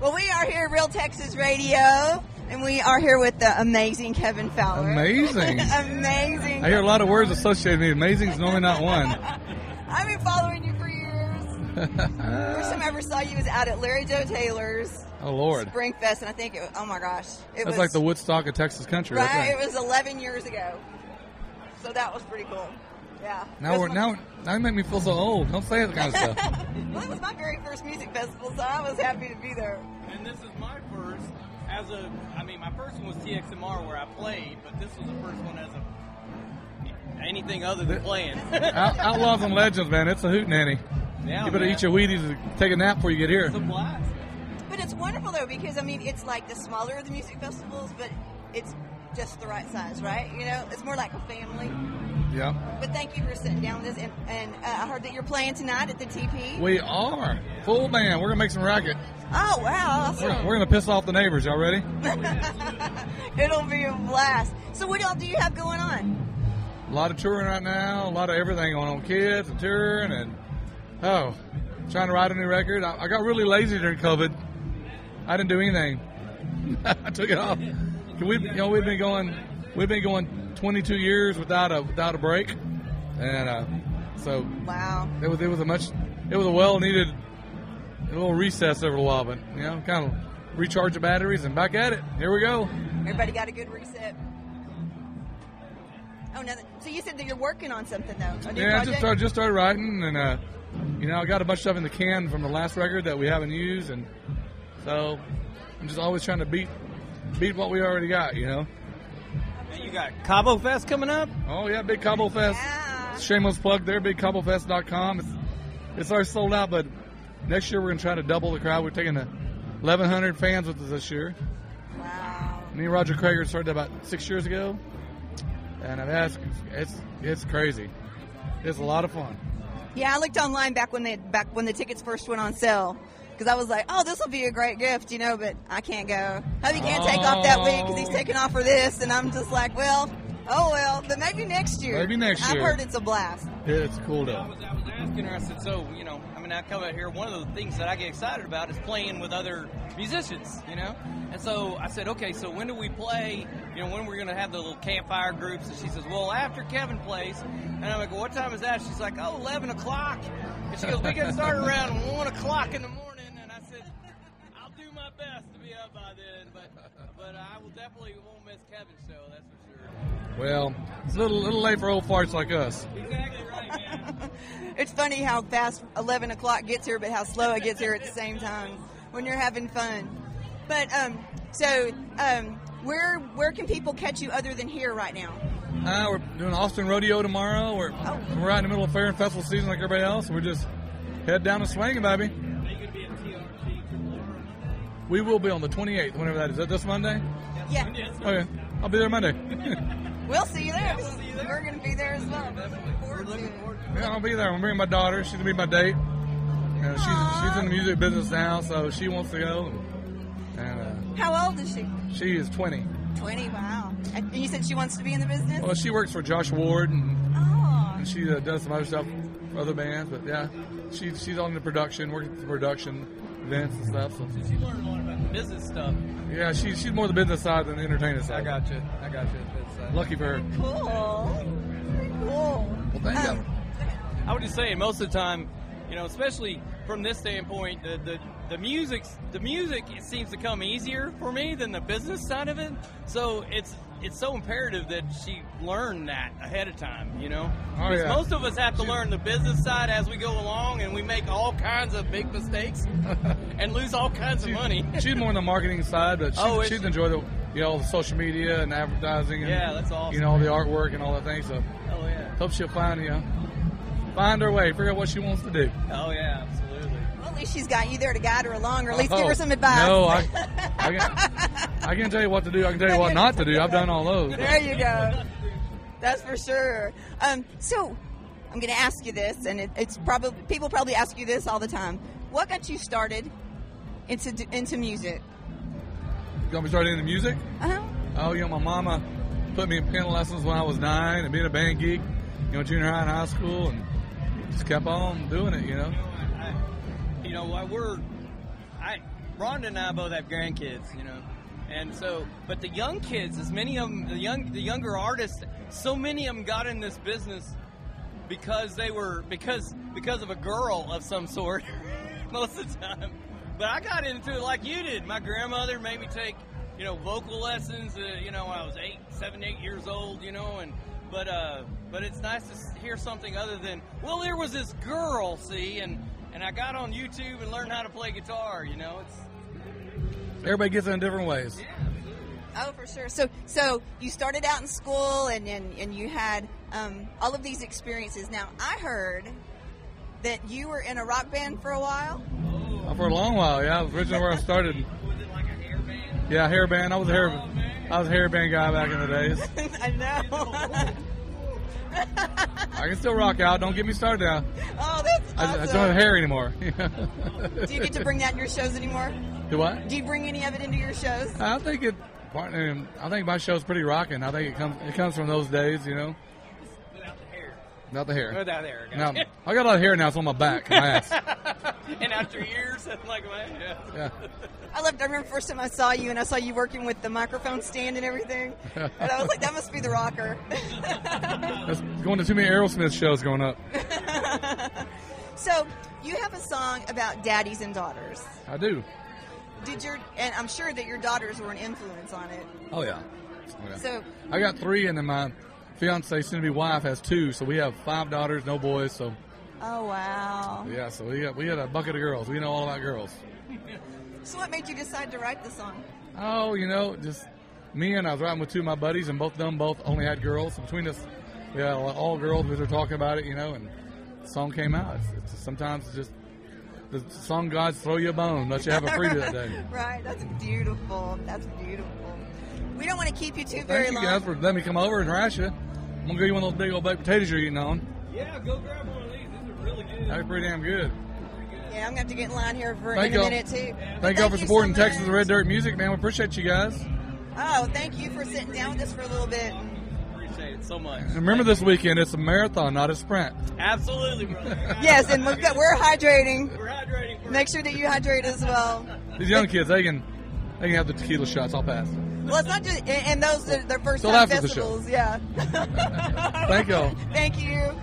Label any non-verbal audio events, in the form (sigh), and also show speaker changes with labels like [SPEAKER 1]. [SPEAKER 1] Well, we are here at Real Texas Radio, and we are here with the amazing Kevin Fowler.
[SPEAKER 2] Amazing.
[SPEAKER 1] amazing.
[SPEAKER 2] I hear a lot of words associated with me. Amazing is normally not one.
[SPEAKER 1] I've been following you for
[SPEAKER 2] (laughs)
[SPEAKER 1] years. First time I ever saw you was out at Larry Joe Taylor's
[SPEAKER 2] Oh Lord,
[SPEAKER 1] Spring Fest, and I think it oh my gosh, it
[SPEAKER 2] that's
[SPEAKER 1] was
[SPEAKER 2] like the Woodstock of Texas country.
[SPEAKER 1] right.
[SPEAKER 2] Right? there.
[SPEAKER 1] It was 11 years ago, so that was pretty cool. Yeah.
[SPEAKER 2] now
[SPEAKER 1] It
[SPEAKER 2] we're
[SPEAKER 1] was
[SPEAKER 2] now now you make me feel so old. Don't say that kind of stuff.
[SPEAKER 1] (laughs) my- Well, it was my very first music festival, so I was happy to be there.
[SPEAKER 3] And this is my first as a. I mean, my first one was TXMR where I played, but this was the first one as a anything other than playing.
[SPEAKER 2] Out, outlaws and legends, man. It's a hootenanny.
[SPEAKER 3] Yeah,
[SPEAKER 2] You better
[SPEAKER 3] man.
[SPEAKER 2] eat your Wheaties and take a nap before you get here.
[SPEAKER 3] It's a blast.
[SPEAKER 1] But it's wonderful though because I mean it's like the smaller of the music festivals, but it's just the right size, right? You know, it's more like a family.
[SPEAKER 2] Yeah,
[SPEAKER 1] But thank you for sitting down with us, and, and uh, I heard that you're playing tonight at the TP.
[SPEAKER 2] we are full band. We're gonna make some racket.
[SPEAKER 1] oh wow!
[SPEAKER 2] We're,
[SPEAKER 1] Awesome.
[SPEAKER 2] we're gonna piss off the neighbors. Y'all ready?
[SPEAKER 1] It'll be a blast. So what all do you have going on?
[SPEAKER 2] A lot of touring right now. A lot of everything going on. Kids and touring and oh, trying to write a new record. I, I got really lazy during COVID. I didn't do anything. (laughs) I took it off. We, you know, we've been going, we've been going 22 years without a without a break, and uh, so
[SPEAKER 1] Wow.
[SPEAKER 2] it was it was a much it was a well needed little recess over a while, but you know, kind of recharge the batteries and back at it. Here we go.
[SPEAKER 1] Everybody got a good reset. Oh, nothing. So you said that you're working on something though. A new
[SPEAKER 2] Yeah, I just
[SPEAKER 1] project?
[SPEAKER 2] started just started writing, and uh, you know, I got a bunch of stuff in the can from the last record that we haven't used, and so I'm just always trying to beat beat what we already got. You know?
[SPEAKER 3] And you got Cabo Fest coming up.
[SPEAKER 2] Oh yeah, Big Cobble Fest.
[SPEAKER 1] Yeah.
[SPEAKER 2] Shameless plug there, BigCobblefest.com. It's it's already sold out, but next year we're gonna try to double the crowd. We're taking a 1,100 fans with us this year.
[SPEAKER 1] Wow.
[SPEAKER 2] Me and Roger Krager started that about six years ago, and I've asked, it's it's crazy. It's a lot of fun.
[SPEAKER 1] Yeah, I looked online back when they back when the tickets first went on sale because I was like, oh, this will be a great gift, you know. But I can't go. Hubby can't take off that week because he's
[SPEAKER 2] Oh.
[SPEAKER 1] taking off for this, and I'm just like, well, oh well, but maybe next year.
[SPEAKER 2] Maybe next
[SPEAKER 1] I've
[SPEAKER 2] year.
[SPEAKER 1] heard it's a blast.
[SPEAKER 2] It's cool
[SPEAKER 3] I
[SPEAKER 2] though.
[SPEAKER 3] was, I was asking her. I said, so you know, I mean, I come out here. One of the things that I get excited about is playing with other musicians. You know, and so I said, okay, so when do we play? You know, when we're gonna have the little campfire groups? And she says, well, after Kevin plays. And I'm like, what time is that? She's like, oh, 11 o'clock. And she goes, we can start around one o'clock in the morning. And I said, I'll do my best to be up by then, but but I will definitely won't miss Kevin's show. That's for sure.
[SPEAKER 2] Well, it's a little little late for old farts like us.
[SPEAKER 3] Exactly right, man.
[SPEAKER 1] It's funny how fast 11 o'clock gets here, but how slow it gets here at the same time when you're having fun. But um, so um, where where can people catch you other than here right now?
[SPEAKER 2] Uh, we're doing Austin Rodeo tomorrow. We're we're right in the middle of fair and festival season like everybody else. We're just head down and swinging, baby. We will be on the 28th, whenever that is. Is that this Monday?
[SPEAKER 1] Yeah,
[SPEAKER 2] Okay. I'll be there Monday. (laughs)
[SPEAKER 1] we'll see you there. We're gonna be there as well. We're looking forward to it.
[SPEAKER 2] yeah, I'll be there. I'm bringing my daughter. She's going to be my date. You know, she's, she's in the music business now, so she wants to go. And uh,
[SPEAKER 1] How old is she?
[SPEAKER 2] she is 20.
[SPEAKER 1] 20. Wow. And you said she wants to be in the business.
[SPEAKER 2] Well, she works for Josh Ward and
[SPEAKER 1] Oh,
[SPEAKER 2] and she uh, does some other stuff for other bands. But yeah, she she's on the production, working for production events and stuff. So
[SPEAKER 3] She learned a lot about the business stuff.
[SPEAKER 2] yeah, she, she's more the business side than the entertainment side.
[SPEAKER 3] you. I got you. It's, uh,
[SPEAKER 2] Lucky for her.
[SPEAKER 1] Oh, cool. Cool.
[SPEAKER 2] Well, thank
[SPEAKER 1] Um,
[SPEAKER 2] you.
[SPEAKER 3] I would just say most of the time, you know, especially from this standpoint, the the, the music the music it seems to come easier for me than the business side of it. So it's it's so imperative that she learn that ahead of time, you know.
[SPEAKER 2] Oh,
[SPEAKER 3] 'Cause
[SPEAKER 2] yeah.
[SPEAKER 3] Most of us have to learn the business side as we go along, and we make all kinds of
[SPEAKER 2] (laughs)
[SPEAKER 3] big mistakes and lose all kinds of money. (laughs)
[SPEAKER 2] She's more on the marketing side, but she,
[SPEAKER 3] Oh, is
[SPEAKER 2] she's
[SPEAKER 3] she?
[SPEAKER 2] enjoyed the you know the social media and advertising. And,
[SPEAKER 3] Yeah, that's awesome.
[SPEAKER 2] You know all the artwork and all that thing. So
[SPEAKER 3] Oh yeah.
[SPEAKER 2] hope she'll find you know find her way, figure out what she wants to do.
[SPEAKER 3] Oh yeah. Absolutely.
[SPEAKER 1] Well, at least she's got you there to guide her along, or at least
[SPEAKER 2] Oh,
[SPEAKER 1] give her some advice.
[SPEAKER 2] No,
[SPEAKER 1] (laughs)
[SPEAKER 2] I, I can, I can tell you what to do. I can tell you what not to do. I've done all those.
[SPEAKER 1] There you go. That's for sure. Um, so, I'm going to ask you this, and it, it's probably people probably ask you this all the time. What got you started into into music?
[SPEAKER 2] Gonna be starting into music.
[SPEAKER 1] Uh-huh.
[SPEAKER 2] Oh, you know, my mama put me in piano lessons when I was nine and being a band geek, you know, junior high and high school, and just kept on doing it, you know.
[SPEAKER 3] (laughs) I- you know, why we're I, Rhonda and I both have grandkids, you know, and so, but the young kids, as many of them, the young, the younger artists, so many of them got in this business because they were because because of a girl of some sort (laughs) most of the time. But I got into it like you did. My grandmother made me take you know vocal lessons. Uh, you know, when I was eight, seven, eight years old. You know, and but uh, but it's nice to s- hear something other than well, there was this girl, see, and and I got on YouTube and learned how to play guitar. You know, it's
[SPEAKER 2] Everybody gets it in different ways.
[SPEAKER 1] Oh, for sure. So, so you started out in school, and and, and you had um, all of these experiences. Now, I heard that you were in a rock band for a while.
[SPEAKER 2] Uh, For a long while, yeah. Originally where I started.
[SPEAKER 3] was it like a hair band?
[SPEAKER 2] Yeah, hair band. I was a hair, I was a hair band guy back in the days.
[SPEAKER 1] I know.
[SPEAKER 2] I can still rock out. Don't get me started now.
[SPEAKER 1] oh, that's
[SPEAKER 2] I, I
[SPEAKER 1] awesome.
[SPEAKER 2] don't have hair anymore. (laughs)
[SPEAKER 1] Do you get to bring that in your shows anymore?
[SPEAKER 2] Do I?
[SPEAKER 1] Do you bring any of it into your shows?
[SPEAKER 2] I think it. partner, I think my show's pretty rocking. I think it comes. It comes from those days, you know.
[SPEAKER 3] Without the hair.
[SPEAKER 2] Not the hair.
[SPEAKER 3] Without the hair.
[SPEAKER 2] Now
[SPEAKER 3] guys.
[SPEAKER 2] I got a lot of hair now. It's on my back, and my ass.
[SPEAKER 3] (laughs) and after years, (laughs) I'm like, man, yeah.
[SPEAKER 2] Yeah.
[SPEAKER 1] I loved. I remember the first time I saw you, and I saw you working with the microphone stand and everything, and I was like, that must be the rocker.
[SPEAKER 2] That's going to too many Aerosmith shows going up.
[SPEAKER 1] so, you have a song about daddies and daughters.
[SPEAKER 2] I do.
[SPEAKER 1] Did your and I'm sure that your daughters were an influence on it.
[SPEAKER 2] Oh yeah. yeah.
[SPEAKER 1] So
[SPEAKER 2] I got three, and then my fiance, soon to be wife, has two. So we have five daughters, no boys. So
[SPEAKER 1] Oh wow.
[SPEAKER 2] yeah. So we got we got a bucket of girls. We know all about girls.
[SPEAKER 1] So what made you decide to write the song?
[SPEAKER 2] Oh, you know, just me and I was riding with two of my buddies, and both of them both only had girls. So between us, yeah, all girls. We were talking about it, you know, and the song came out. It's, it's just- sometimes it's just the song gods throw you a bone, let you have a preview
[SPEAKER 1] (laughs)
[SPEAKER 2] that day.
[SPEAKER 1] right. That's beautiful. That's beautiful. We don't want to keep you too very
[SPEAKER 2] Thank you
[SPEAKER 1] long.
[SPEAKER 2] guys for letting me come over and harass you. I'm gonna give you one of those big old baked potatoes you're eating on.
[SPEAKER 3] Yeah, go grab one of these. These are really good.
[SPEAKER 2] That's pretty damn good.
[SPEAKER 1] Yeah, I'm gonna have to get in line here for
[SPEAKER 2] Thank
[SPEAKER 1] in a
[SPEAKER 2] y'all.
[SPEAKER 1] minute too. But
[SPEAKER 2] Thank y'all for
[SPEAKER 1] you so
[SPEAKER 2] supporting Texas
[SPEAKER 1] much.
[SPEAKER 2] Red Dirt Music, man. We appreciate you guys.
[SPEAKER 1] Oh, thank you for sitting down with us for a little bit.
[SPEAKER 3] Appreciate it so much.
[SPEAKER 2] And remember this weekend, it's a marathon, not a sprint.
[SPEAKER 3] Absolutely, brother.
[SPEAKER 1] Yes, and we've got, we're hydrating.
[SPEAKER 3] We're hydrating for
[SPEAKER 1] Make sure that you hydrate as well.
[SPEAKER 2] These young kids, they can they can have the tequila shots. I'll pass.
[SPEAKER 1] Well, it's not just and, and those are their first
[SPEAKER 2] Till
[SPEAKER 1] time
[SPEAKER 2] after the show.
[SPEAKER 1] festivals. Yeah.
[SPEAKER 2] Thank y'all.
[SPEAKER 1] Thank you.